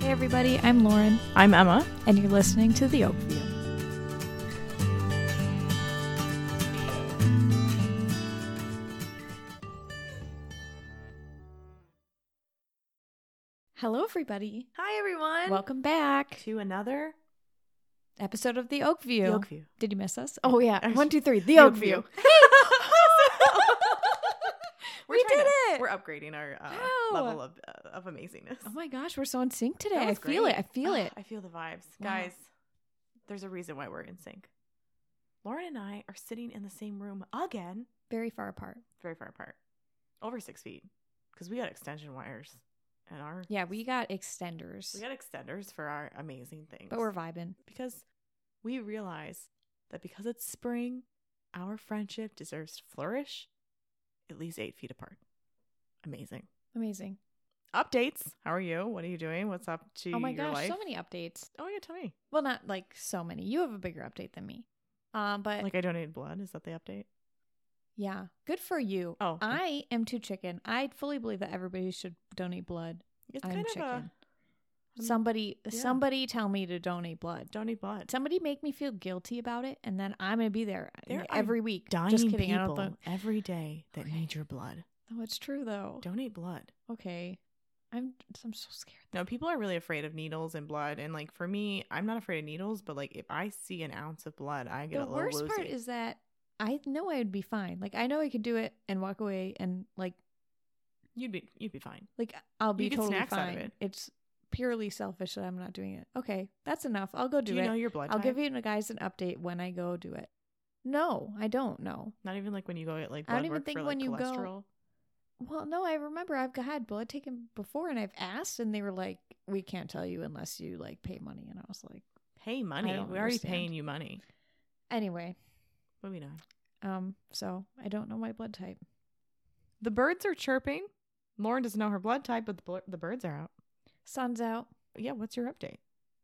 Hey, everybody, I'm Lauren, I'm Emma. and you're listening to The Oak View. Hello, everybody. Hi, everyone. Welcome back. to another Episode of The Oak View. The Oakview. Did you miss us? Oh, yeah. Actually, One, two, three. The, The Oak Oakview. View. We're We trying did to- it! We're upgrading our uh, Wow. level of uh, of amazingness. Oh my gosh, we're so in sync today. That I was feel great. it. I feel Ah, it. I feel the vibes, Wow. guys. There's a reason why we're in sync. Lauren and I are sitting in the same room again, Very far apart. very far apart, over six feet, because we got extension wires and our Yeah, we got extenders, we got extenders for our amazing things. but we're vibing. because we realize that because it's spring, our friendship deserves to flourish at least eight feet apart. Amazing. Amazing. Updates. How are you? What are you doing? What's up to oh my your gosh, life? so many updates. oh yeah, tell me. Well, not like so many. You have a bigger update than me. Um, but Like I donated blood. Is that the update? yeah, good for you. Oh, yeah. I am too chicken. I fully believe that everybody should donate blood. It's I'm kind of uh, chicken. a I'm- somebody, yeah. somebody, tell me to donate blood. donate blood. Somebody make me feel guilty about it, and then I'm gonna be there, uh, There are every week. Dying Just kidding. I people don't think. every day that Okay. need your blood. No, it's true though. Donate blood. Okay, I'm I'm so scared. No, people are really afraid of needles and blood. And like for me, I'm not afraid of needles, but like if I see an ounce of blood, I get the a little worst part woozy. is that I know I would be fine. Like I know I could do it and walk away and like you'd be you'd be fine. like I'll be You get totally snacks out fine. of it. It's purely selfish that I'm not doing it. Okay, that's enough. I'll go do, Do you it. know your blood? I'll type? give you guys an update when I go do it. No, I don't know. Not even like when you go get like I blood don't even work think for when like you go- cholesterol. Well, no, I remember I've had blood taken before and I've asked and they were like, "We can't tell you unless you like pay money." And I was like, Pay money. We're don't already understand. paying you money. "Anyway, Moving on. um, so I don't know my blood type." The birds are chirping. Lauren doesn't know her blood type, but the bl- the birds are out. Sun's out. Yeah. What's your update?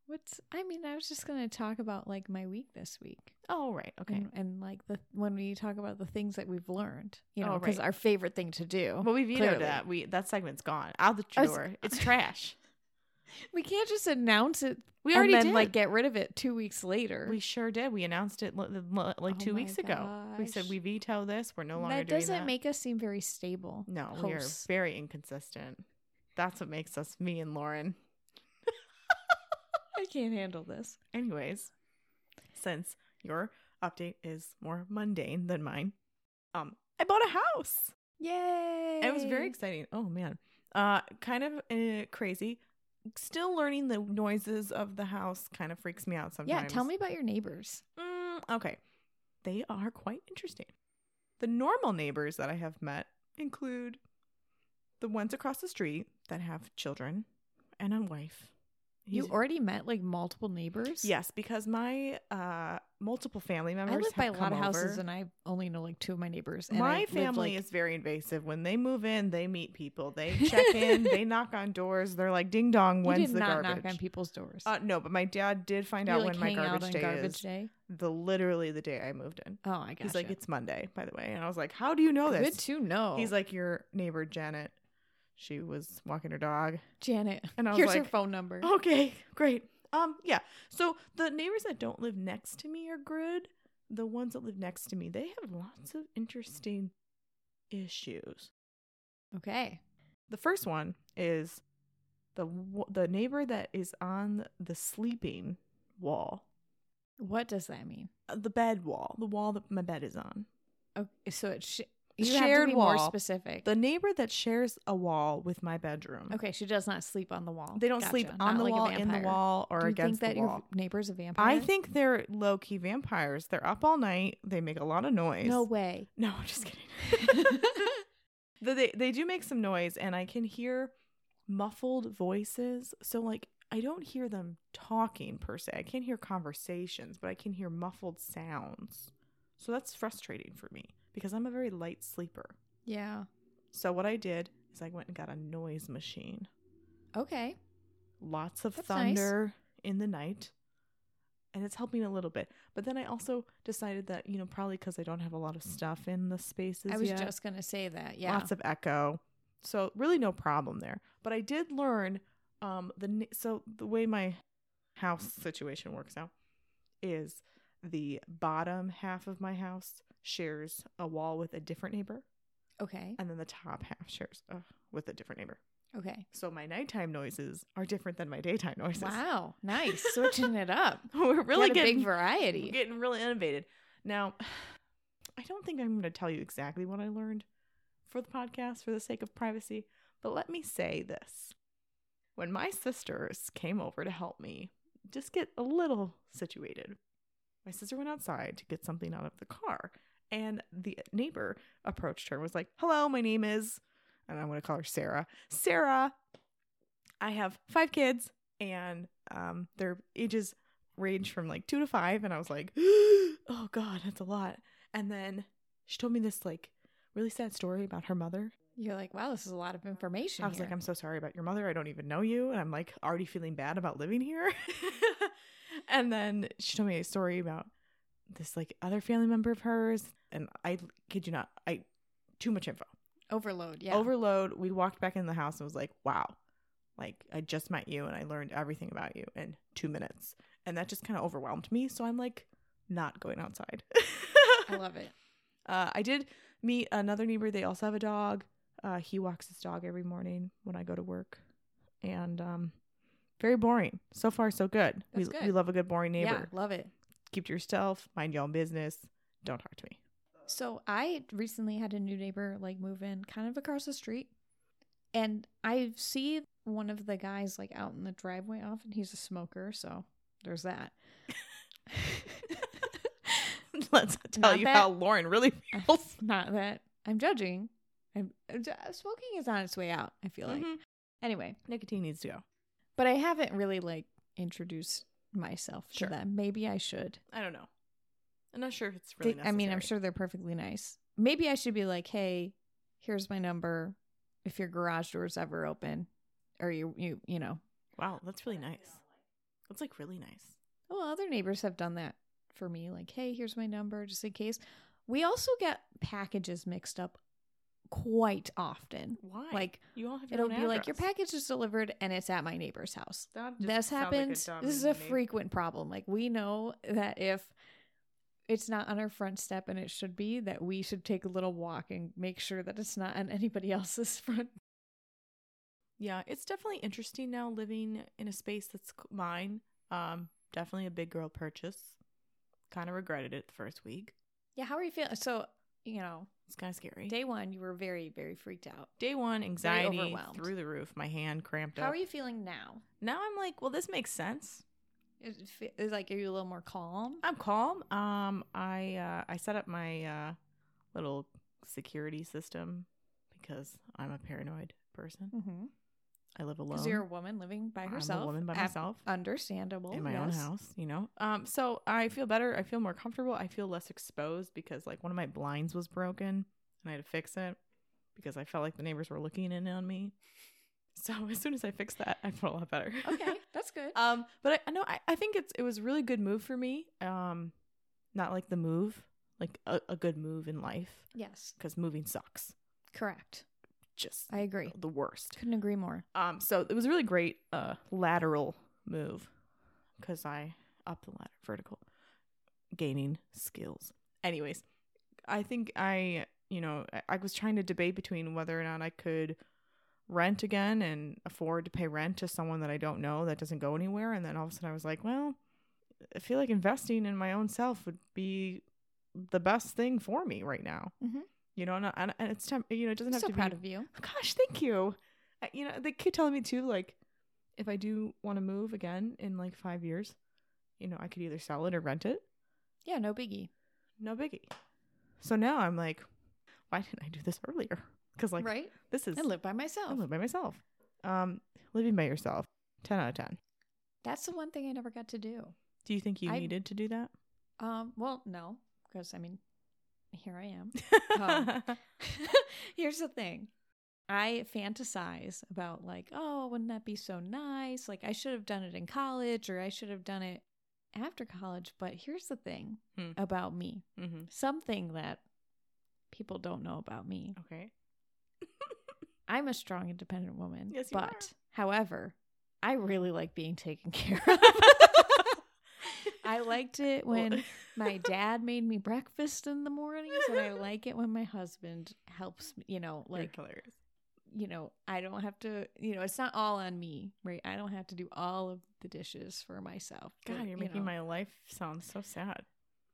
What's I mean, I was just going to talk about like my week this week. Oh right. Okay. And, and like the when we talk about the things that we've learned, you know, Oh, because right. our favorite thing to do. But we vetoed Clearly. that. We that segment's gone out the I was- door. It's trash. We can't just announce it We already and then did. like get rid of it two weeks later. we sure did. We announced it li- li- li- like Oh two my weeks ago. We said gosh. we veto this. We're no longer that doing doesn't that. make us seem very stable. no. We are hosts. very inconsistent. That's what makes us me and Lauren. I can't handle this. Anyways, since your update is more mundane than mine, um, I bought a house. Yay! It was very exciting. Oh man, uh, kind of uh, crazy. Still learning the noises of the house. Kind of freaks me out Yeah, sometimes. tell me about your neighbors. Mm, okay, they are quite interesting. The normal neighbors that I have met include the ones across the street that have children and a wife. You He's- already met like multiple neighbors. Yes, because my uh, multiple family members. I live have by a lot come of houses over. and I only know like two of my neighbors. And I my live, family like- is very invasive. When they move in, they meet people. They check in. They knock on doors. They're like, "Ding dong, You when's did the not garbage?" knock on people's doors. Uh, no, but my dad did find You, out like, when my hang out garbage on day garbage is. day. The literally the day I moved in. Oh, I got He's like, "It's Monday, by the way," and I was like, "How do you know this?" Good to know. He's like, "Your neighbor Janet, she was walking her dog, Janet. and I was Here's like, "Oh." her phone number. Okay, great. Um, yeah. So the neighbors that don't live next to me are good. The ones that live next to me, they have lots of interesting issues. Okay. The first one is the w- the neighbor that is on the sleeping wall, What does that mean? Uh, the bed wall, the wall that my bed is on. Okay, so it's sh- you have to Shared be more wall. specific. The neighbor that shares a wall with my bedroom. okay, she does not sleep on the wall. They don't sleep Gotcha. on Not the like a wall, in the vampire. wall, or Do you against think that the your wall. neighbor's a vampire? I think they're low key vampires. They're up all night. They make a lot of noise. no way. No, I'm just kidding. Though they they do make some noise, and I can hear muffled voices. So like I don't hear them talking per se. I can't hear conversations, but I can hear muffled sounds. So that's frustrating for me because I'm a very light sleeper. yeah. So what I did is I went and got a noise machine. Okay. Lots of That's nice. thunder in the night. And it's helping a little bit. But then I also decided that, you know, probably because I don't have a lot of stuff in the spaces. I was yet, just gonna say that. Yeah. lots of echo. So really no problem there. But I did learn Um, the ne- so the way my house situation works out is the bottom half of my house shares a wall with a different neighbor, Okay. and then the top half shares uh, with a different neighbor. Okay. So my nighttime noises are different than my daytime noises. Wow. Nice. Switching it up. We're really Got a getting big variety. we're getting really innovated. Now, I don't think I'm going to tell you exactly what I learned for the podcast for the sake of privacy, but let me say this. When my sisters came over to help me just get a little situated, my sister went outside to get something out of the car, and the neighbor approached her and was like, Hello, my name is, and I'm going to call her Sarah. Sarah, I have five kids, and um, their ages range from like two to five, and I was like, oh god, that's a lot. And then she told me this like really sad story about her mother. You're like, wow, this is a lot of information. I was here. like, I'm so sorry about your mother. I don't even know you, and I'm like already feeling bad about living here. and then she told me a story about this like other family member of hers, and I kid you not, I too much info overload. Yeah. overload we walked back in the house and was like wow like i just met you and i learned everything about you in two minutes and that just kind of overwhelmed me so i'm like not going outside I love it. uh, i did meet another neighbor they also have a dog uh, he walks his dog every morning when i go to work and um, very boring so far so good we, That's good. we love a good boring neighbor Yeah, love it. keep to yourself mind your own business don't talk to me So I recently had a new neighbor like move in kind of across the street. And I see one of the guys like out in the driveway often. He's a smoker, so there's that. let's tell Not you that- how lauren really feels Not that I'm judging. I'm, I'm ju- smoking is on its way out, I feel like. Mhm. Anyway, nicotine needs to go but I haven't really like introduced myself Sure. to them. Maybe I should. I don't know. I'm not sure if it's They- really. I mean, I'm necessary. sure they're perfectly nice. Maybe I should be like, "Hey, here's my number. If your garage door's ever open, or you you you know." Wow, that's really nice. That's like really nice. Well, other neighbors have done that for me. Like, "Hey, here's my number, just in case." We also get packages mixed up quite often. Why? Like, you all have. Your it'll own be like your address. package is delivered and it's at my neighbor's house. That just this sounds like a happens dumb this is a name. frequent problem like we know that if it's not on our front step and it should be that we should take a little walk and make sure that it's not on anybody else's front Yeah, it's definitely interesting now living in a space that's c- mine. Um, definitely a big girl purchase. Kind of regretted it the first week. yeah how are you feeling so you know It's kind of scary. day one you were very very freaked out Day one, anxiety overwhelmed. through the roof. My hand cramped how up. are you feeling now now I'm like, well, this makes sense. Is it fe- is like are you a little more calm I'm calm. Um, I uh, I set up my uh, little security system because I'm a paranoid person. mm-hmm. I live alone. because you're a woman living by I'm a herself woman by Ab- myself. understandable in my own yes. house, you know. Um, so I feel better. I feel more comfortable. I feel less exposed because like one of my blinds was broken and I had to fix it because I felt like the neighbors were looking in on me. So as soon as I fixed that, I felt a lot better. okay that's good Um, but I- I know I, I think it's it was a really good move for me. Um, not like the move, like a, a good move in life yes because moving sucks, correct just i agree the worst. couldn't agree more Um, so it was a really great uh lateral move because I up the ladder vertical, gaining skills. Anyways, I think I you know I, I was trying to debate between whether or not I could rent again and afford to pay rent to someone that I don't know that doesn't go anywhere, and then all of a sudden I was like, well, I feel like investing in my own self would be the best thing for me right now. Mhm. You know, and, I- and it's time. You know, it doesn't i'm have so to be proud of you gosh, thank you. I- You know, they keep telling me too, like, if I do want to move again in like five years, you know, I could either sell it or rent it. yeah no biggie No biggie. So now I'm like, why didn't I do this earlier? Because like right this is I live by I myself. live by myself. Um, living by yourself, ten out of ten. That's the one thing I never got to do. Do you think you I- needed to do that? Um, well, no, because I mean, here I am. Oh. Here's the thing. I fantasize about like, oh, wouldn't that be so nice? Like I should have done it in college or I should have done it after college, but here's the thing Hmm. about me. mm-hmm. Something that people don't know about me. Okay. I'm a strong independent woman. Yes, you but are. however, I really like being taken care of. I liked it when my dad made me breakfast in the mornings, and I like it when my husband helps me, you know, You're like hilarious. you know, I don't have to, you know, it's not all on me, right? I don't have to do all of the dishes for myself. but, God, you you're making know. my life sound so sad.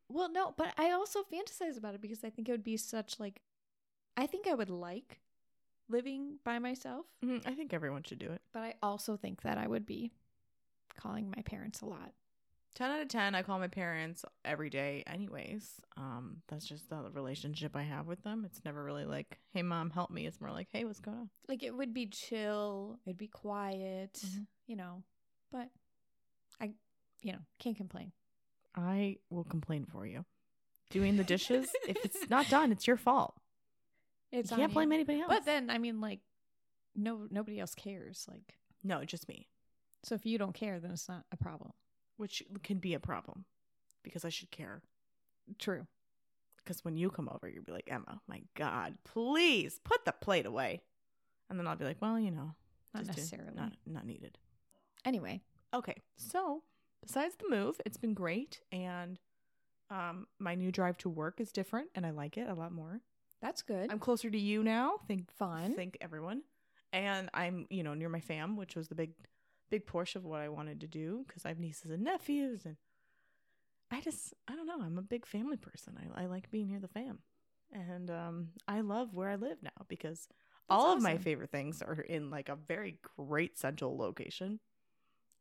Well, no, but I also fantasize about it because I think it would be such like I think I would like living by myself, Mm, I think everyone should do it. but I also think that I would be calling my parents a lot. 10 out of 10 i call my parents every day anyways um that's just the relationship i have with them it's never really like hey mom help me it's more like hey what's going on Like it would be chill, it'd be quiet, Mhm. you know, but I you know, can't complain. i will complain for you doing the dishes if it's not done it's your fault It's you on can't blame you. anybody else But then I mean like no nobody else cares like no just me So if you don't care, then it's not a problem. which can be a problem because i should care True. because when you come over you'll be like emma my god please put the plate away and then i'll be like well you know Not just do- necessarily. not, not needed Anyway, Okay, so besides the move, it's been great, and um, my new drive to work is different, and I like it a lot more. that's good. I'm closer to you now. Thank Fun. Thank everyone, and I'm you know near my fam, which was the big, big portion of what I wanted to do because I have nieces and nephews, and I just I don't know. I'm a big family person. I I like being near the fam, and um, I love where I live now because all of my awesome. favorite things are in like a very great central location.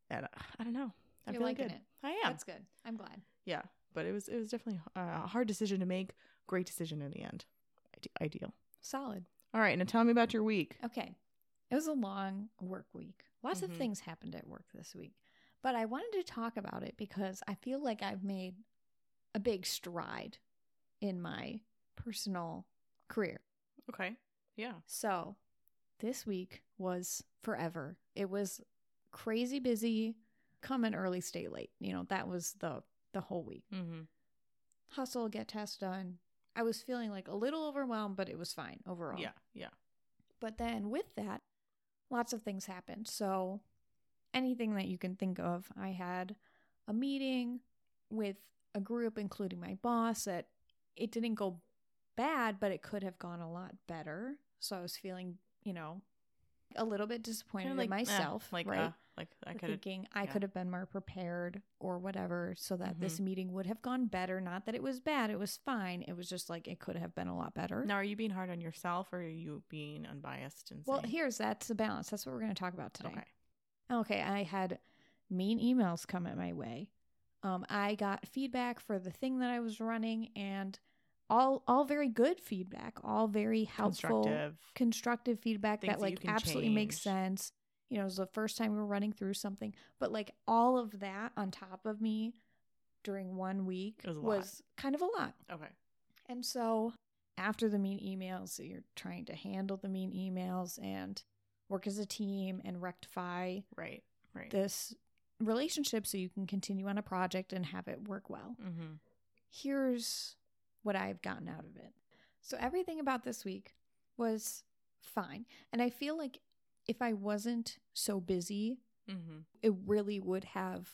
And uh, I don't know. I'm You're feeling liking good. it. I am. That's good. I'm glad. yeah. But it was it was definitely uh, a hard decision to make. Great decision in the end. Ide- ideal. Solid. All right. Now tell me about your week. Okay. It was a long work week. Lots Mhm. of things happened at work this week. But I wanted to talk about it because I feel like I've made a big stride in my personal career. Okay. Yeah. So this week was forever. It was crazy busy, come in early, stay late. You know, that was the the whole week. Mm-hmm. hustle, get tests done. I was feeling like a little overwhelmed, but it was fine overall. Yeah. Yeah. But then with that, lots of things happened. So anything that you can think of, I had a meeting with a group, including my boss, that it didn't go bad, but it could have gone a lot better. So I was feeling, you know, a little bit disappointed Kinda in uh, myself. like right? uh, like I We're could have. thinking I yeah. Mm-hmm. could have been more prepared or whatever so that this meeting would have gone better. Not that it was bad, it was fine. It was just like it could have been a lot better. Now, are you being hard on yourself, or are you being unbiased and well, saying- here's that's the balance. That's what we're going to talk about today. Okay. Okay, I had mean emails come at my way. Um, I got feedback for the thing that I was running, and all all very good feedback, all very helpful, constructive, Constructive. feedback Things that that you like can absolutely makes change. sense. You know, it was the first time we were running through something, but like all of that on top of me during one week It was a lot. was kind of a lot. okay. And so after the mean emails, you're trying to handle the mean emails and work as a team and rectify Right. Right. this relationship so you can continue on a project and have it work well. mm-hmm. Here's what I've gotten out of it. So everything about this week was fine. And I feel like if I wasn't so busy, Mm-hmm. it really would have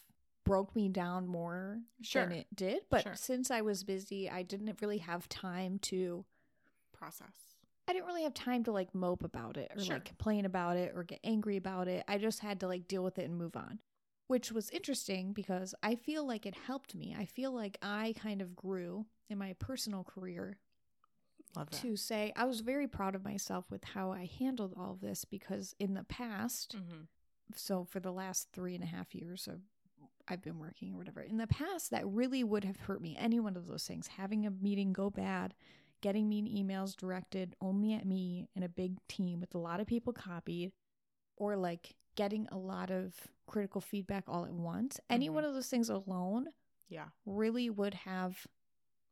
broke me down more Sure. than it did. But Sure. since I was busy, I didn't really have time to Process. I didn't really have time to like mope about it or Sure. like complain about it or get angry about it. I just had to like deal with it and move on, which was interesting because I feel like it helped me. I feel like I kind of grew in my personal career Love that. to say I was very proud of myself with how I handled all of this because in the past, Mm-hmm. so for the last three and a half years of I've been working or whatever. In the past, that really would have hurt me. Any one of those things, having a meeting go bad, getting mean emails directed only at me and a big team with a lot of people copied, or like getting a lot of critical feedback all at once. Any Mhm. one of those things alone Yeah. really would have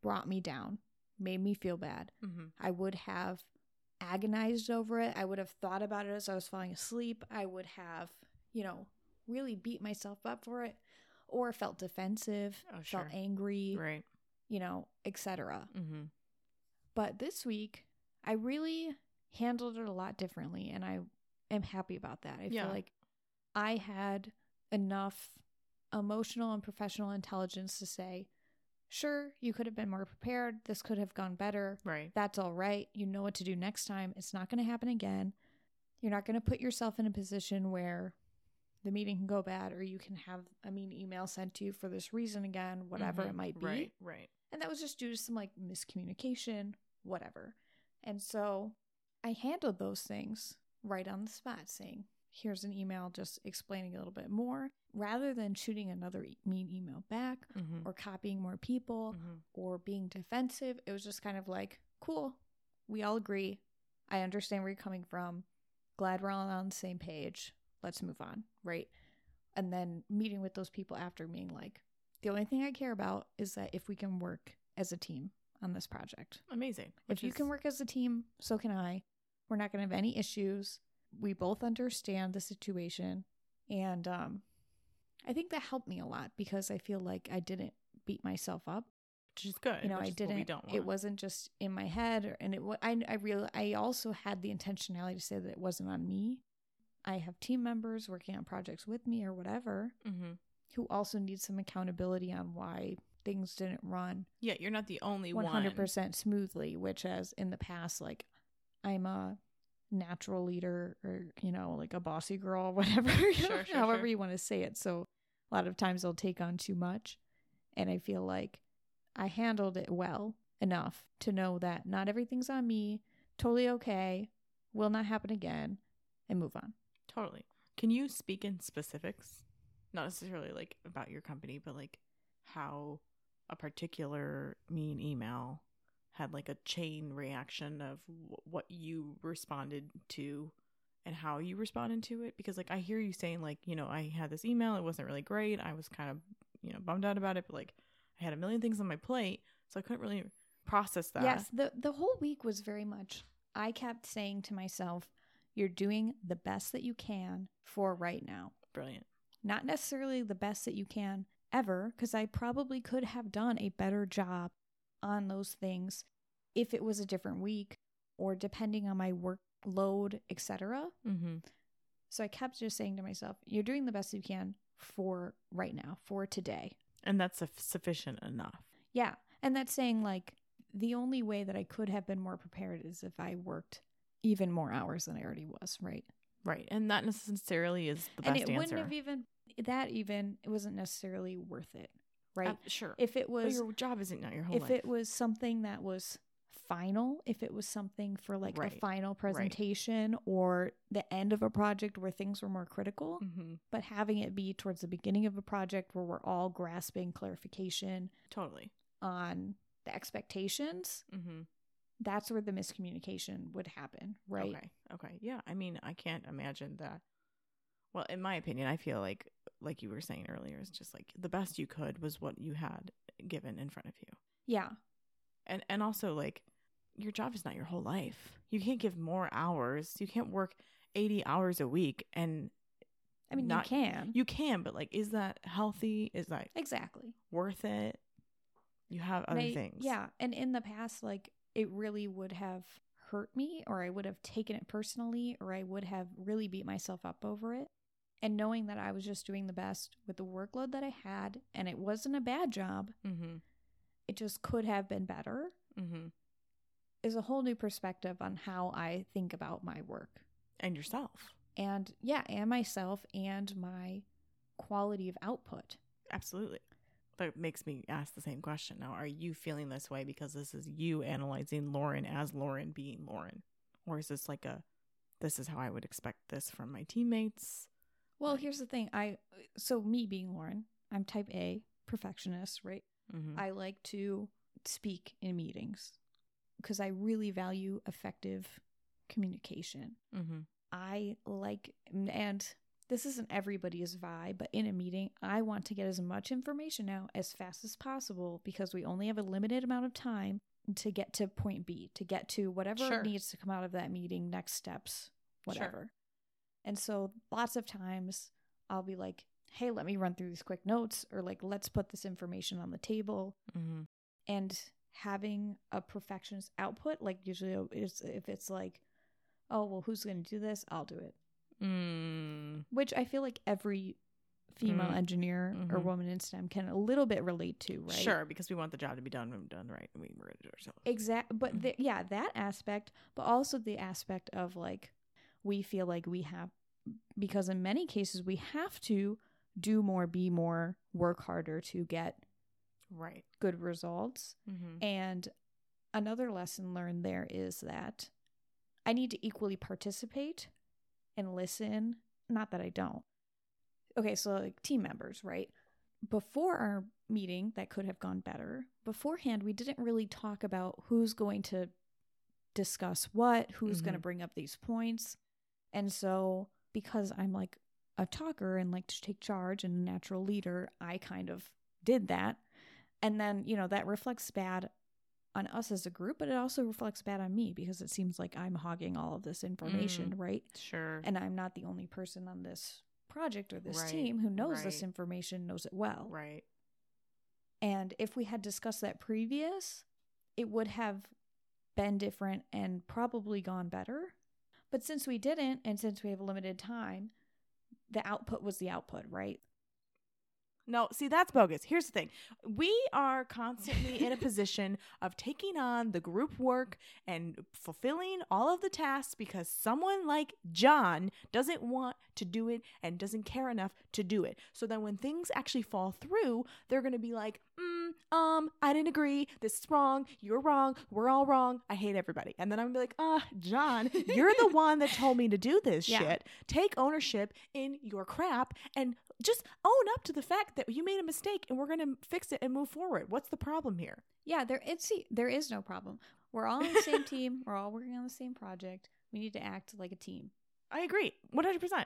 brought me down, made me feel bad. Mm-hmm. I would have agonized over it. I would have thought about it as I was falling asleep. I would have, you know, really beat myself up for it or felt defensive, Oh, felt sure. angry, Right. you know, etc. Mm-hmm. But this week, I really handled it a lot differently and I am happy about that. I Yeah. feel like I had enough emotional and professional intelligence to say, sure, you could have been more prepared. This could have gone better. Right. That's all right. You know what to do next time. It's not going to happen again. You're not going to put yourself in a position where the meeting can go bad or you can have a mean email sent to you for this reason again, whatever it Mhm. might be. Right. Right. And that was just due to some like miscommunication, whatever. And so I handled those things right on the spot, saying, here's an email just explaining a little bit more, rather than shooting another e- mean email back Mm-hmm. or copying more people or being defensive. It was just kind of like, cool, we all agree. I understand where you're coming from. Glad we're all on the same page. Let's move on, right? And then meeting with those people after being like, the only thing I care about is that if we can work as a team on this project. Amazing. if you can work as a team, so can I. We're not going to have any issues. We both understand the situation. And um, I think that helped me a lot because I feel like I didn't beat myself up which is good. you know, which I is what we didn't. don't want. It wasn't just in my head, or, and it. wa- I I real. I also had the intentionality to say that it wasn't on me. I have team members working on projects with me or whatever Mm-hmm. who also need some accountability on why things didn't run Yeah, you're not the only one hundred one. percent smoothly. Which, as in the past, like I'm a natural leader or you know like a bossy girl, whatever, you Sure, know, sure, however sure. you want to say it. So a lot of times I'll take on too much, and I feel like I handled it well enough to know that not everything's on me. Totally okay. Will not happen again, and move on. Totally. Can you speak in specifics? Not necessarily like about your company, but like how a particular mean email had like a chain reaction of wh- what you responded to and how you responded to it because like I hear you saying like, you know, I had this email, it wasn't really great. I was kind of, you know, bummed out about it, but like I had a million things on my plate, so I couldn't really process that. Yes, the the whole week was very much I kept saying to myself, you're doing the best that you can for right now. Brilliant. Not necessarily the best that you can ever because I probably could have done a better job on those things if it was a different week or depending on my workload, etc. Mhm. So I kept just saying to myself, you're doing the best you can for right now, for today. And that's suf- sufficient enough. Yeah. And that's saying like the only way that I could have been more prepared is if I worked even more hours than I already was, right? Right. And that necessarily is the and best it answer. wouldn't have even that even it wasn't necessarily worth it, right? Ab- sure. if it but was your job isn't not your whole if life. it was something that was final, if it was something for like a Right. final presentation or the end of a project where things were more critical, mm-hmm. but having it be towards the beginning of a project where we're all grasping clarification Totally. on the expectations, Mm-hmm. that's where the miscommunication would happen, right? Okay. Okay. Yeah. I mean, I can't imagine that. Well, in my opinion, I feel like, like you were saying earlier, it's just like the best you could was what you had given in front of you, Yeah. and and also like your job is not your whole life. You can't give more hours. You can't work eighty hours a week, and I mean, Not- you can. you can, but like, is that healthy? Is that exactly. worth it? You have And other I- things. Yeah. And in the past, like, it really would have hurt me, or I would have taken it personally, or I would have really beat myself up over it. And knowing that I was just doing the best with the workload that I had, and it wasn't a bad job, Mm-hmm. it just could have been better, Mm-hmm. is a whole new perspective on how I think about my work. And yourself. And yeah, and myself and my quality of output. Absolutely. That makes me ask the same question now. Are you feeling this way because this is you analyzing Lauren as Lauren being Lauren? Or is this like a, this is how I would expect this from my teammates? Well, Like- here's the thing. I so me being Lauren, I'm type A, perfectionist, right? Mm-hmm. I like to speak in meetings because I really value effective communication. Mm-hmm. I like and this isn't everybody's vibe, but in a meeting, I want to get as much information out as fast as possible because we only have a limited amount of time to get to point B, to get to whatever Sure. needs to come out of that meeting, next steps, Sure. whatever. And so lots of times I'll be like, hey, let me run through these quick notes, or like, let's put this information on the table. Mm-hmm. And having a perfectionist output, like, usually it's, if it's like, oh, well, who's going to do this? I'll do it Mm. which I feel like every female Mm. engineer or Mhm. woman in STEM can a little bit relate to, right? Sure, because we want the job to be done when done right. and We were it ourselves. Exactly. But Mhm. the, yeah, that aspect, but also the aspect of like, we feel like we have, because in many cases, we have to do more, be more, work harder to get Right. good results. Mm-hmm. And another lesson learned there is that I need to equally participate and listen. Not that I don't. Okay, so like team members, right? Before our meeting that could have gone better, beforehand, we didn't really talk about who's going to discuss what, who's going to bring up these points. And so, because I'm like a talker and like to take charge and a natural leader, I kind of did that. And then, you know, that reflects bad on us as a group, but it also reflects bad on me because it seems like I'm hogging all of this Mm. information, right? Sure. And I'm not the only person on this project or this Right, team who knows this right. information, knows it well. right. And if we had discussed that previous, it would have been different and probably gone better. But since we didn't, and since we have limited time, the output was the output, right? No, see, that's bogus. Here's the thing we are constantly in a position of taking on the group work and fulfilling all of the tasks because someone like John doesn't want to do it and doesn't care enough to do it. So then when things actually fall through, they're going to be like, mm, um, I didn't agree. This is wrong. You're wrong. We're all wrong. I hate everybody. And then I'm going to be like, uh, John, you're the one that told me to do this Yeah. shit. Take ownership in your crap and just own up to the fact that you made a mistake and we're going to fix it and move forward. What's the problem here? Yeah, there it's see, there is no problem. We're all on the same team. We're all working on the same project. We need to act like a team. I agree. 100%.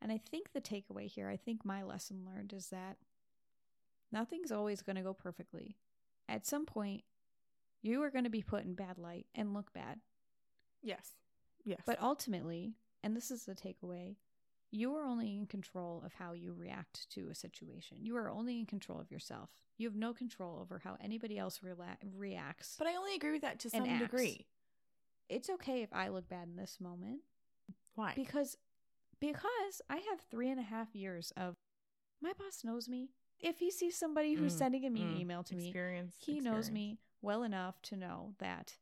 And I think the takeaway here, I think my lesson learned is that nothing's always going to go perfectly. At some point, you are going to be put in bad light and look bad. Yes. Yes. But ultimately, and this is the takeaway, you are only in control of how you react to a situation. You are only in control of yourself. You have no control over how anybody else rela- reacts. but I only agree with that to And some acts. degree. it's okay if I look bad in this moment Why? because because I have three and a half years of my boss knows me. If he sees somebody who's Mm, sending a mean mm, email to me, Experience. he knows experience. me well enough to know that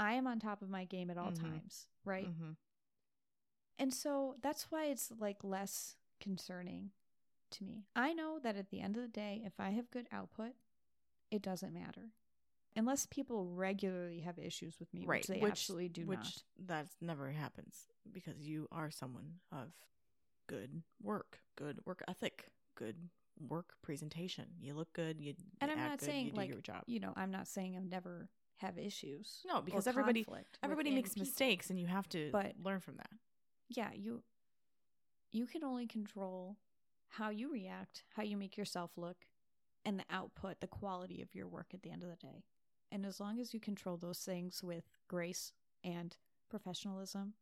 I am on top of my game at all Mhm. times, right? Mhm. And so that's why it's like less concerning to me. I know that at the end of the day, if I have good output, it doesn't matter. Unless people regularly have issues with me, Right. which they which, absolutely do which not. That never happens because you are someone of good work, good work ethic, good work presentation. You look good. You And you I'm act not good, saying you do like your job. you know, I'm not saying I've never have issues. No, or because everybody- conflict Everybody within makes people. mistakes, and you have to But- learn from that. Yeah, you you can only control how you react, how you make yourself look, and the output, the quality of your work at the end of the day. And as long as you control those things with grace and professionalism,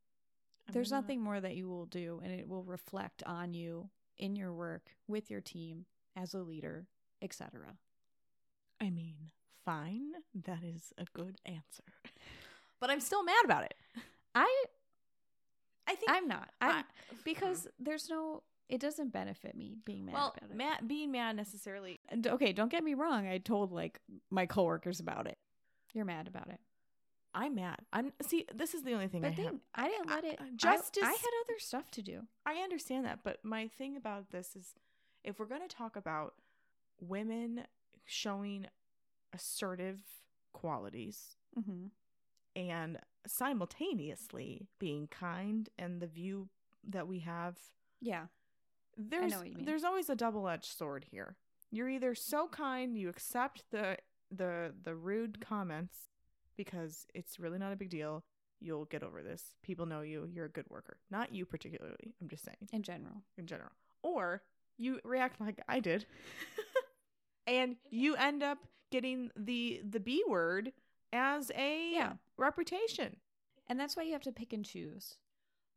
I'm there's gonna- nothing more that you will do and it will reflect on you in your work with your team as a leader, etc. I mean, fine. That is a good answer. But I'm still mad about it. I I think I'm not. I'm, I- because there's no it doesn't benefit me being Mm-hmm. mad well, about it. mad being mad necessarily. And, okay, don't get me wrong. I told like my coworkers about it. You're mad about it, I'm mad. I'm see. This is the only thing. I but have. then I didn't let I- it. I- Justice. justice- I, had other stuff to do. I understand that, but my thing about this is if we're going to talk about women showing assertive qualities Mm-hmm. and simultaneously being kind and the view that we have Yeah, there's what you mean. there's always a double-edged sword here. You're either so kind you accept the the the rude comments because it's really not a big deal. You'll get over this. People know you. You're a good worker. Not you particularly. I'm just saying in general. in general. Or you react like I did. and you end up getting the the B word as a Yeah. reputation. And that's why you have to pick and choose.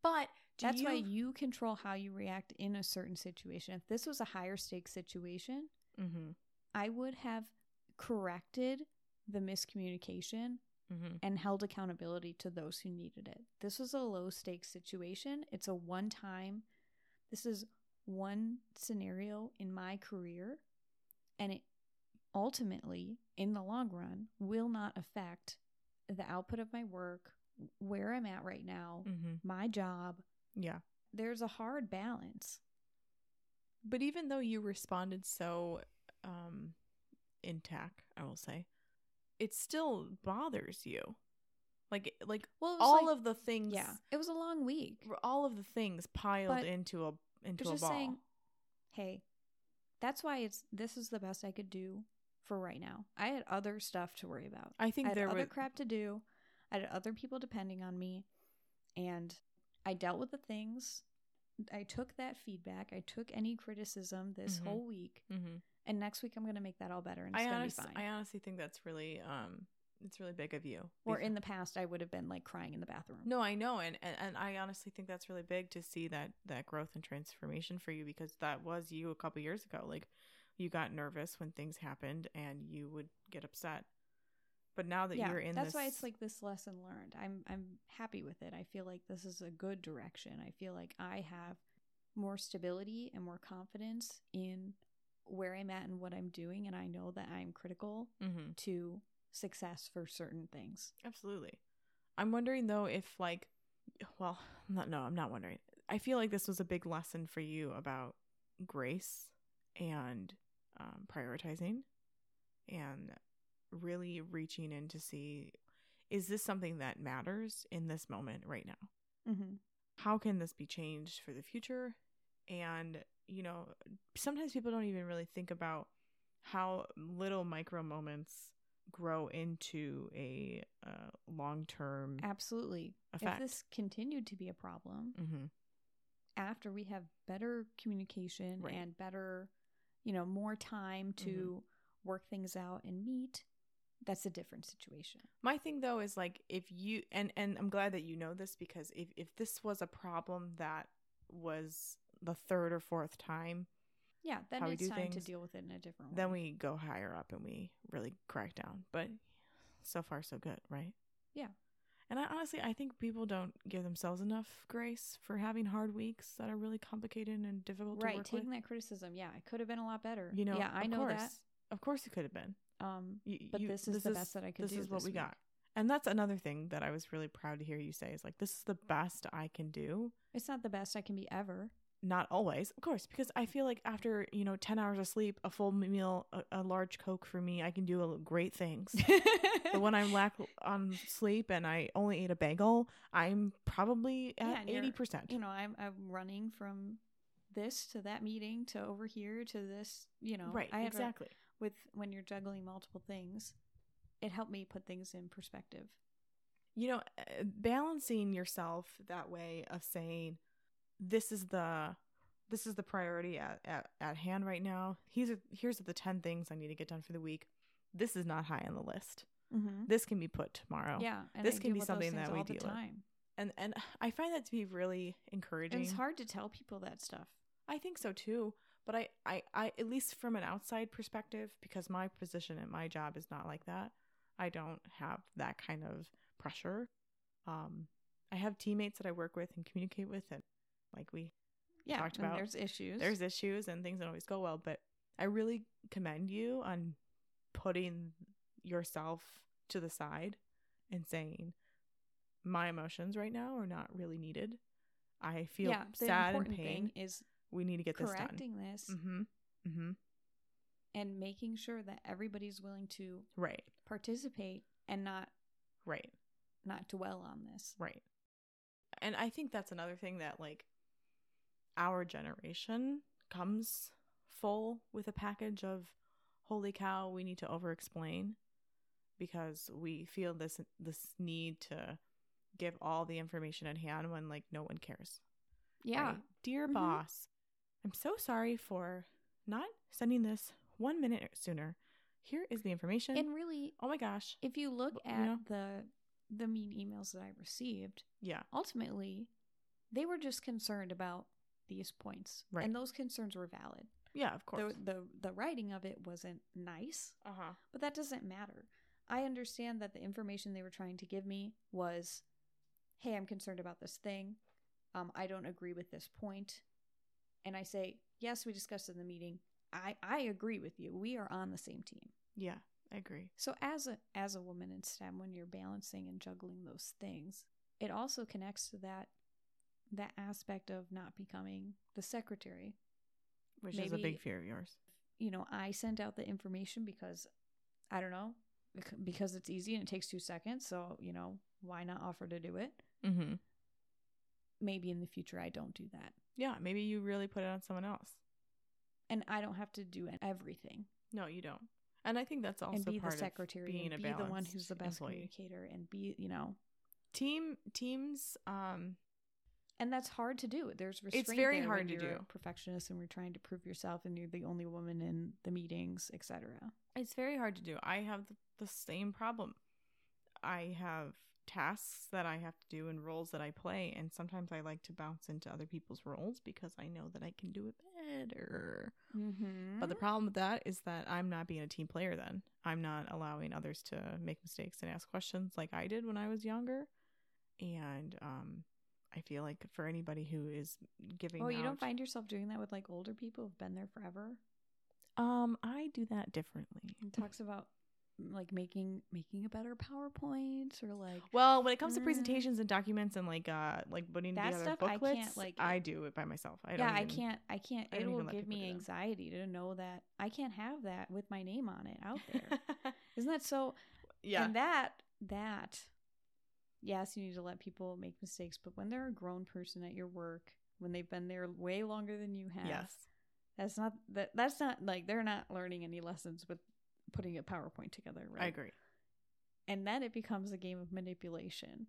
But do that's you, why you control how you react in a certain situation. If this was a higher stakes situation, Mhm. I would have corrected the miscommunication Mm-hmm. and held accountability to those who needed it. This was a low stakes situation. It's a one time, this is one scenario in my career, and it ultimately, in the long run, will not affect the output of my work, where I'm at right now, Mm-hmm. my job. Yeah. There's a hard balance. But even though you responded so um intact, I will say, it still bothers you. Like like Well, it was all like- of the things yeah, it was a long week. r- all of the things piled But into a into It's a just ball. saying, hey, that's why it's this is the best I could do for right now. I had other stuff to worry about. I I think had there other was crap to do. I had other people depending on me, and I dealt with the things. I took that feedback. I took any criticism this Mhm. whole week, Mhm. and next week I'm going to make that all better and it's I going to honestly, be fine. I honestly think that's really, um, it's really big of you. or Because- in the past, I would have been like crying in the bathroom. no, I know, and, and and I honestly think that's really big to see that that growth and transformation for you because that was you a couple years ago. Like, you got nervous when things happened, and you would get upset. But now that yeah, you're in, that's this, why it's like this lesson learned. I'm I'm happy with it. I feel like this is a good direction. I feel like I have more stability and more confidence in where I'm at and what I'm doing, and I know that I'm critical Mhm. to success for certain things. absolutely. I'm wondering though if like, well, no, no, I'm not wondering. I feel like this was a big lesson for you about grace and um, prioritizing and really reaching in to see is this something that matters in this moment right now? Mm-hmm. How can this be changed for the future? And, you know, sometimes people don't even really think about how little micro moments grow into a uh, long term. Absolutely. Effect. If this continued to be a problem Mm-hmm. after we have better communication Right. Mm-hmm. and better, you know, more time to work things out and meet, that's a different situation. My thing though is like if you and and I'm glad that you know this because if if this was a problem that was the third or fourth time, Yeah, then how we it's do time to things, deal with it in a different way. then we go higher up and we really crack down. But so far so good, right? Yeah. And I honestly I think people don't give themselves enough grace for having hard weeks that are really complicated and difficult to right work taking with. that criticism. Yeah, it could have been a lot better. you know, yeah, I of know course, Of course it could have that. been. Um, You, But you- this is the best that I could This do is what this we week. got. And that's another thing that I was really proud to hear you say is like this is the best I can do. it's not the best I can be ever. Not always, of course, because I feel like after you know ten hours of sleep, a full meal, a, a large Coke for me, I can do a, great things. but when I'm lack on sleep and I only ate a bagel, I'm probably Yeah, at and you're- eighty percent. you know, I'm I'm running from this to that meeting to over here to this. You know, right? I had a- exactly. with when you're juggling multiple things, it helped me put things in perspective. you know uh, balancing yourself that way of saying this is the this is the priority at, at, at hand right now here's here's the 10 things i need to get done for the week this is not high on the list Mm-hmm. this can be put tomorrow Yeah, and This I can deal be with those something things that we all the deal with. time. and and i find that to be really encouraging And it's hard to tell people that stuff. i think so too but I, I i at least from an outside perspective because my position at my job is not like that i don't have that kind of pressure um i have teammates that i work with and communicate with and like we Yeah, talked and about. there's issues. there's issues and things don't always go well, but I really commend you on putting yourself to the side and saying my emotions right now are not really needed. I feel yeah, the sad and important pain. thing is we need to get this done. correcting this, Mhm. Mhm. and making sure that everybody's willing to Right. participate and not Right. not dwell on this. Right. And I think that's another thing that like our generation comes full with a package of holy cow, we need to over explain because we feel this this need to give all the information at hand when like no one cares. Yeah, right? Dear Mhm. boss, I'm so sorry for not sending this one minute sooner. Here is the information. and really, oh my gosh. if you look But, you at know- the the mean emails that I received, Yeah. ultimately, they were just concerned about these points, Right. and those concerns were valid. Yeah, of course. The, the the writing of it wasn't nice, uh-huh. but that doesn't matter. I understand that the information they were trying to give me was hey, I'm concerned about this thing. Um, I don't agree with this point. And I say, yes, we discussed it in the meeting. I, I agree with you. We are on the same team. Yeah, I agree. So as a as a woman in STEM, when you're balancing and juggling those things, it also connects to that that aspect of not becoming the secretary. Which is a Maybe- big fear of yours. You know, I sent out the information because I don't know bec- because it's easy and it takes two seconds. So you know, why not offer to do it? Mm-hmm. Maybe in the future I don't do that, Yeah, maybe you really put it on someone else. and I don't have to do everything No, you don't. And I think that's also and be the part of secretary being and a be the one who's the balanced best employee. communicator and be you know. Team teams, um, And that's hard to do. There's restraint. very there when hard to you're a do. Perfectionist, and we're trying to prove yourself, and you're the only woman in the meetings, etc. it's very hard to do. I have th- the same problem. I have tasks that I have to do and roles that I play, and sometimes I like to bounce into other people's roles because I know that I can do it better. Mm-hmm. But the problem with that is that I'm not being a team player then. I'm not allowing others to make mistakes and ask questions like I did when I was younger. And um I feel like for anybody who is giving oh, you don't out- find yourself doing that with like older people who've been there forever. um I do that differently. It talks about mm, like making making a better PowerPoint or like Well, when it comes to Mm. presentations and documents and like uh like putting That together stuff I booklets, can't, like- I do it by myself. I don't yeah, I even- can't, I can't. I don't It will even let give people do me that. anxiety to know that I can't have that with my name on it out there. Isn't that so? yeah. And that that yes, you need to let people make mistakes, but when they're a grown person at your work, when they've been there way longer than you have, yes. that's not that that's not like they're not learning any lessons with putting a PowerPoint together, right? I agree. And then it becomes a game of manipulation.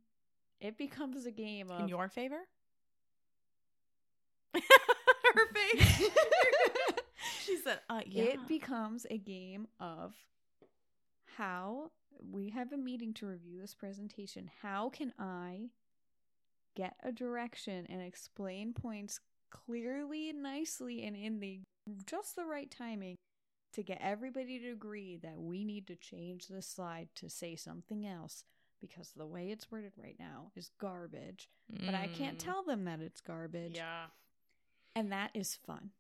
It becomes a game of In your favor? Her face. she said, uh yeah. It becomes a game of how we have a meeting to review this presentation. How can I get a direction and explain points clearly, nicely, and in the just the right timing to get everybody to agree that we need to change this slide to say something else because the way it's worded right now is garbage. But I can't Mm. tell them that it's garbage. Yeah. And that is fun.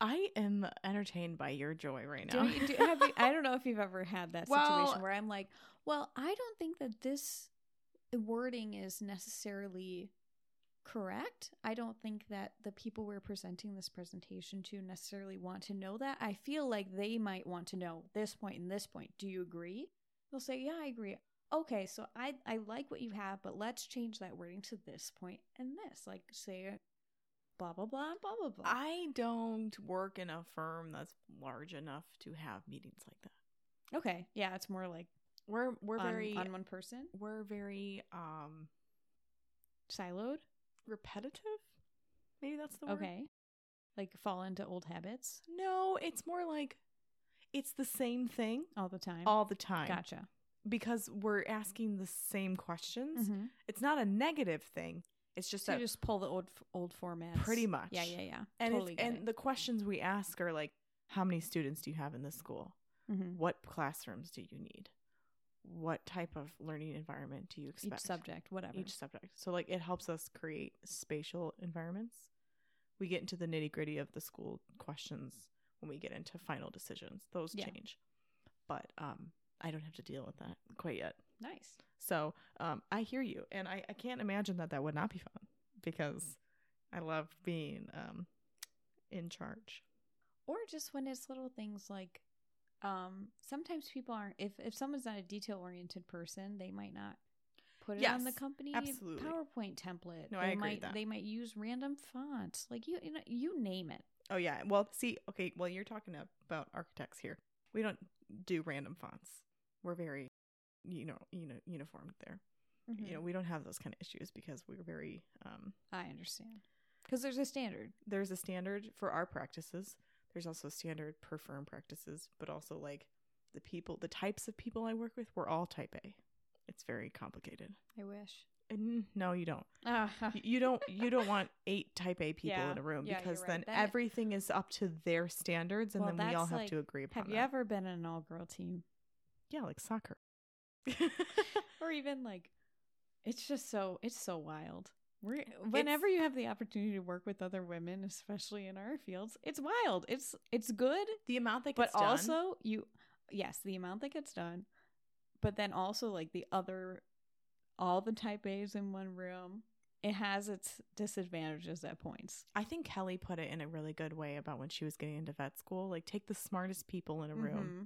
I am entertained by your joy right Do now. you- do- have you- I don't know if you've ever had that situation Well- where I'm like, well, I don't think that this wording is necessarily correct. I don't think that the people we're presenting this presentation to necessarily want to know that. I feel like they might want to know this point and this point. Do you agree? They'll say, yeah, I agree. Okay, so I I like what you have, but let's change that wording to this point and this. Like say blah blah blah and blah blah blah. I don't work in a firm that's large enough to have meetings like that. okay, yeah, it's more like We're we're on- very on one person. we're very um siloed. repetitive. Maybe that's the word. Okay. Like fall into old habits No, it's more like it's the same thing all the time. all the time gotcha. because we're asking the same questions. Mhm. It's not a negative thing. It's just So that you just pull the old old formats. Pretty much. Yeah, yeah, yeah. and it's- totally get and the questions we ask are like how many students do you have in this school? it. Mhm. what classrooms do you need what type of learning environment do you expect each subject, whatever. each subject so like it helps us create spatial environments we get into the nitty gritty of the school questions when we get into final decisions those Yeah. change but um i don't have to deal with that quite yet nice. so um i hear you and i, I can't imagine that that would not be fun because i love being um in charge Or just when it's little things like um sometimes people aren't if if someone's not a detail oriented person, they might not put it on the Yes, company absolutely. PowerPoint template. No, they I agree with might that. they might use random fonts. Like you you know, you name it. Oh yeah. Well, see, okay, well you're talking about architects here. We don't do random fonts. We're very you know, you know, uniformed there. You know, we don't have those kind of issues because we're very um I understand. Cuz there's a standard. there's a standard for our practices. There's also a standard per firm practices, but also like the people, the types of people I work with, we're all type A. It's very complicated. I wish. And no, you don't. Ah. Y- You don't you don't want eight type A people Yeah. in a room Yeah, you're because right. then, Then it- everything is up to their standards and Well, then we all that's have like- to agree upon Have you that. ever been in an all girl team? Yeah, like soccer. or even like it's just so it's so wild. We're, Eh, whenever you have the opportunity to work with other women, especially in our fields, it's wild. It's it's good, the amount that but gets done- also you yes, the amount that gets done, but then also like the other all the type A's in one room. It has its disadvantages at points. I think Kelly put it in a really good way about when she was getting into vet school. Like, take the smartest people in a room Mm-hmm.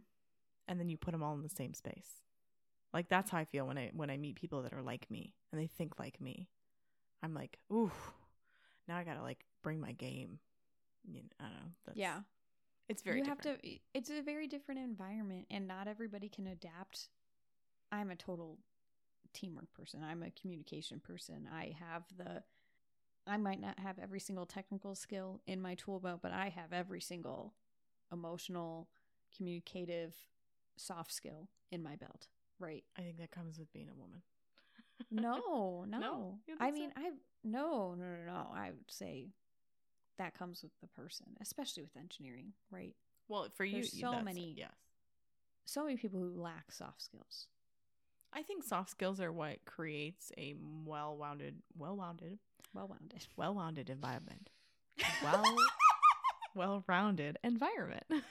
and then you put them all in the same space. Like that's how I feel when I when I meet people that are like me and they think like me. I'm like, ooh, now I gotta like bring my game. You know, I don't know. That's, Yeah. it's very. you have to it's a very different environment and not everybody can adapt i'm a total teamwork person i'm a communication person i have the i might not have every single technical skill in my tool belt but i have every single emotional communicative soft skill in my belt right I think that comes with being a woman. no no, You don't i mean think i no no no no i would say that comes with the person especially with engineering right well, for you, There's you- so that's it, many- Yes, so many people who lack soft skills I think soft skills are what creates a well-wounded, well-wounded, Well wounded. well-wounded environment. Well, well-rounded environment.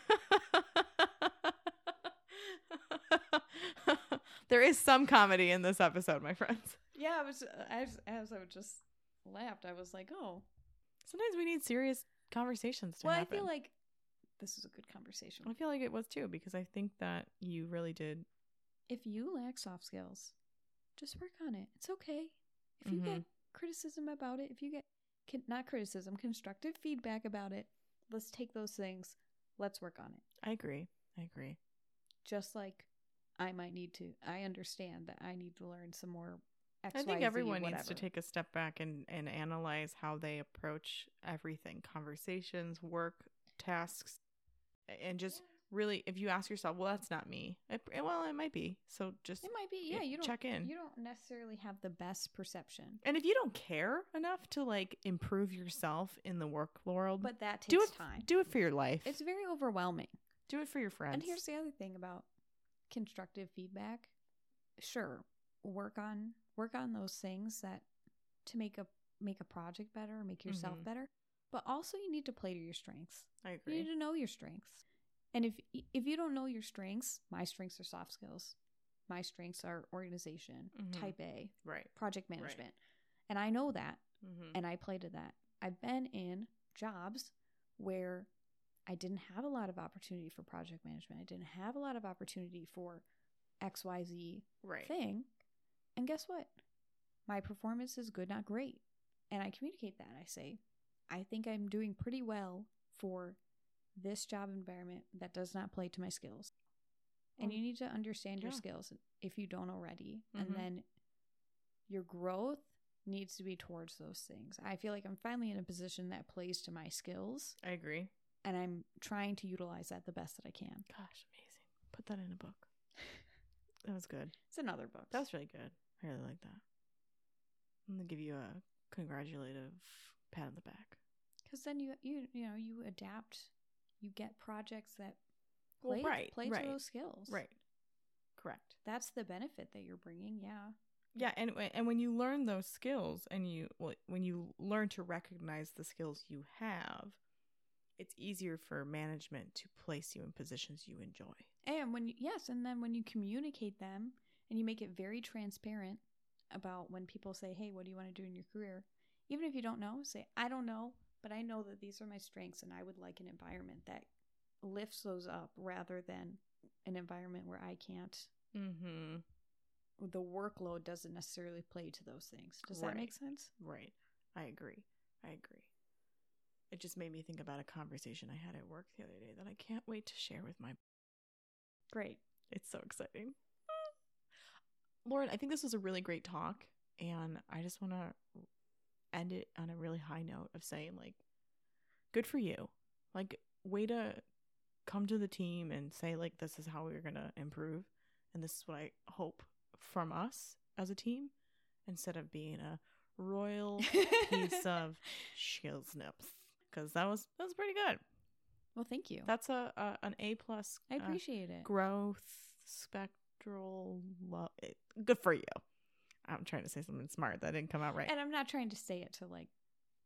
there is some comedy in this episode, my friends. yeah, I was as as I was just laughed. I was like, oh, Sometimes we need serious conversations to well, happen. I feel like this is a good conversation. I feel like it was too because I think that you really did. If you lack soft skills, just work on it. It's okay. If you get criticism about it, if you get con- not criticism, constructive feedback about it, let's take those things. Let's work on it. I agree. I agree. Just like I might need to. I understand that I need to learn some more. X, I think Y, Z, everyone needs to whatever. take a step back and, and analyze how they approach everything conversations, work, tasks, and just really, if you ask yourself, well, that's not me. It, eh, well, it might be. So just It might be yeah. eh, You don't check in. You don't necessarily have the best perception. and if you don't care enough to like improve yourself in the work world, But that takes Um, do it time. do it for your life. it's very overwhelming. do it for your friends. And here's the other thing about constructive feedback. Sure, work on work on those things that to make a make a project better, make yourself Mhm. better. But also you need to play to your strengths. I You agree. need to know your strengths. And if if you don't know your strengths, my strengths are soft skills. My strengths are organization, Mhm. type A, right. project management. And I know that Mm-hmm. and I play to that. I've been in jobs where I didn't have a lot of opportunity for project management. I didn't have a lot of opportunity for XYZ Right. thing. And guess what? My performance is good, not great. And I communicate that. I say, I think I'm doing pretty well for this job environment that does not play to my skills. And Well, you need to understand your Oh. yeah. skills if you don't already. Mhm. And then your growth needs to be towards those things. I feel like I'm finally in a position that plays to my skills I agree. and I'm trying to utilize that the best that I can. Gosh, amazing. Put that in a book. That was good. It's another book. That was really good. I really like that. I'm gonna give you a congratulative pat on the back. because then you you you know you adapt you get projects that play, play to those skills correct. that's the benefit that you're bringing yeah Yeah, and and when you learn those skills, and you well, when you learn to recognize the skills you have, it's easier for management to place you in positions you enjoy. and when you, yes and then when you communicate them and you make it very transparent about when people say hey what do you want to do in your career even if you don't know say i don't know but i know that these are my strengths and i would like an environment that lifts those up rather than an environment where i can't Mm-hmm. the workload doesn't necessarily play to those things does that make Right. sense Right. I agree. I agree. It just made me think about a conversation I had at work the other day that I can't wait to share with my. great It's so exciting. Lauren, I think this was a really great talk, and I just want to end it on a really high note of saying, like, good for you. Like, way to come to the team and say, like, this is how we're going to improve, and this is what I hope from us as a team instead of being a royal piece of shill snips because that was that was pretty good. Well, thank you. That's a, a an A plus. I uh, appreciate it. growth spec Ancestral love. Good for you. I'm trying to say something smart that didn't come out right. And I'm not trying to say it to like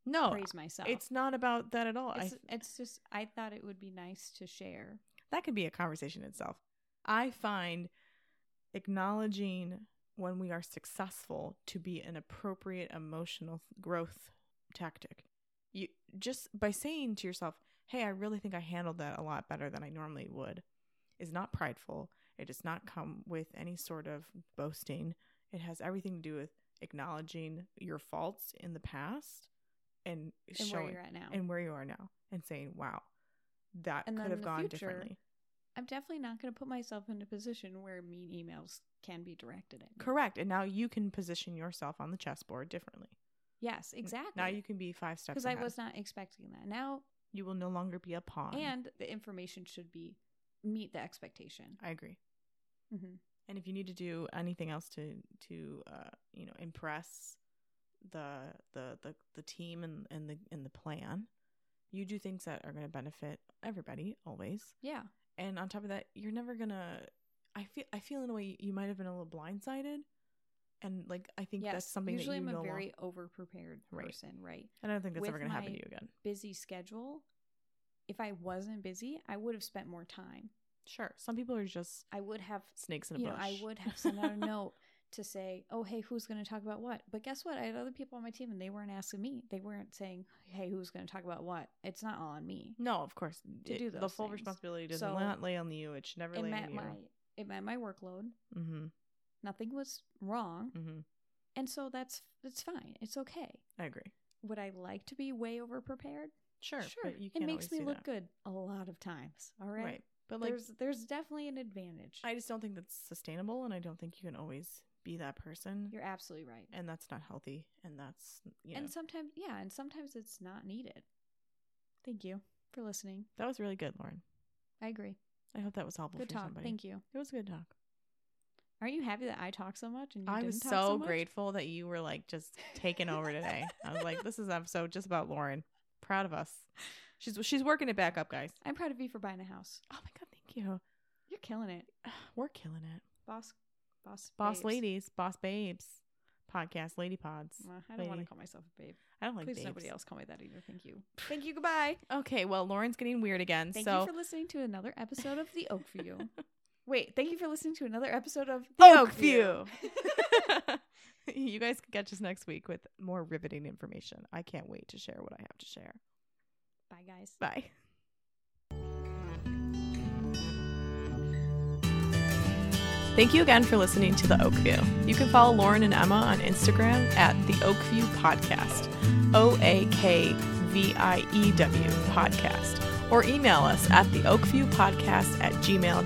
no, praise myself. Oh, it's not about that at all. I, it's, it's just I thought it would be nice to share. that could be a conversation itself. I find acknowledging when we are successful to be an appropriate emotional growth tactic. You just by saying to yourself, "Hey, I really think I handled that a lot better than I normally would." Is not prideful. It does not come with any sort of boasting. It has everything to do with acknowledging your faults in the past and, And where showing you're at now. and where you are now and saying, wow, that And then could in have the gone future- differently. I'm definitely not going to put myself in a position where mean emails can be directed at me. Correct. And now you can position yourself on the chessboard differently. Yes, N- exactly. Now you can be five steps because ahead. I was not expecting that. Now, you will no longer be a pawn. and the information should be meet the expectation. I agree. Mhm. And if you need to do anything else to to uh, you know impress the the the, the team and, and the and the plan, you do things that are going to benefit everybody always. Yeah, and on top of that you're never gonna i feel i feel in a way you might have been a little blindsided and like i think yes. that's something Usually, that you I'm know a very over prepared Right. person, right? i don't think that's with ever gonna happen my- to you again Busy schedule. If I wasn't busy, I would have spent more time. sure some people are just I would have snakes in a you know, bush I would have sent out a note to say, "Oh, hey, who's going to talk about what?" But guess what? I had other people on my team, and they weren't asking me. They weren't saying, "Hey, who's going to talk about what?" It's not all on me. no of course To It- do the those full things. responsibility does So, not lay on you it should never It lay on met you my it met my workload. mm-hmm Nothing was wrong, mm-hmm and so that's it's fine. It's okay. i agree Would I like to be way over prepared? sure but you it can't makes always me do look that. good a lot of times. All right. right but like there's there's definitely an advantage. i just don't think that's sustainable and i don't think you can always be that person You're absolutely right. and that's not healthy and that's you know And sometimes, yeah, and sometimes it's not needed. Thank you for listening. that was really good lauren I agree. i hope that was helpful Good for talk. somebody Thank you. It was a good talk. Aren't you happy that I talk so much and you I didn't was talk so, so much? grateful that you were like just taking over today. I was like, this is an episode just about Lauren. Proud of us. She's she's working it back up, guys. I'm proud of you for buying a house. Oh my god, thank you. You're killing it, We're killing it. boss. Boss. Boss babes. ladies, boss babes, podcast lady pods. Well, I don't want lady. to call myself a babe. I don't like Please, babes. nobody else call me that either. Thank you. Thank you. Goodbye. Okay, well, Lauren's getting weird again. Thank so you for listening to another episode of The Oakview. Wait, thank you for listening to another episode of Oakview. you guys can catch us next week with more riveting information. I can't wait to share what I have to share. Bye, guys. Bye. Thank you again for listening to The Oakview. You can follow Lauren and Emma on Instagram at The Oakview Podcast, O A K V I E W Podcast, or email us at The Oakview Podcast at gmail.com.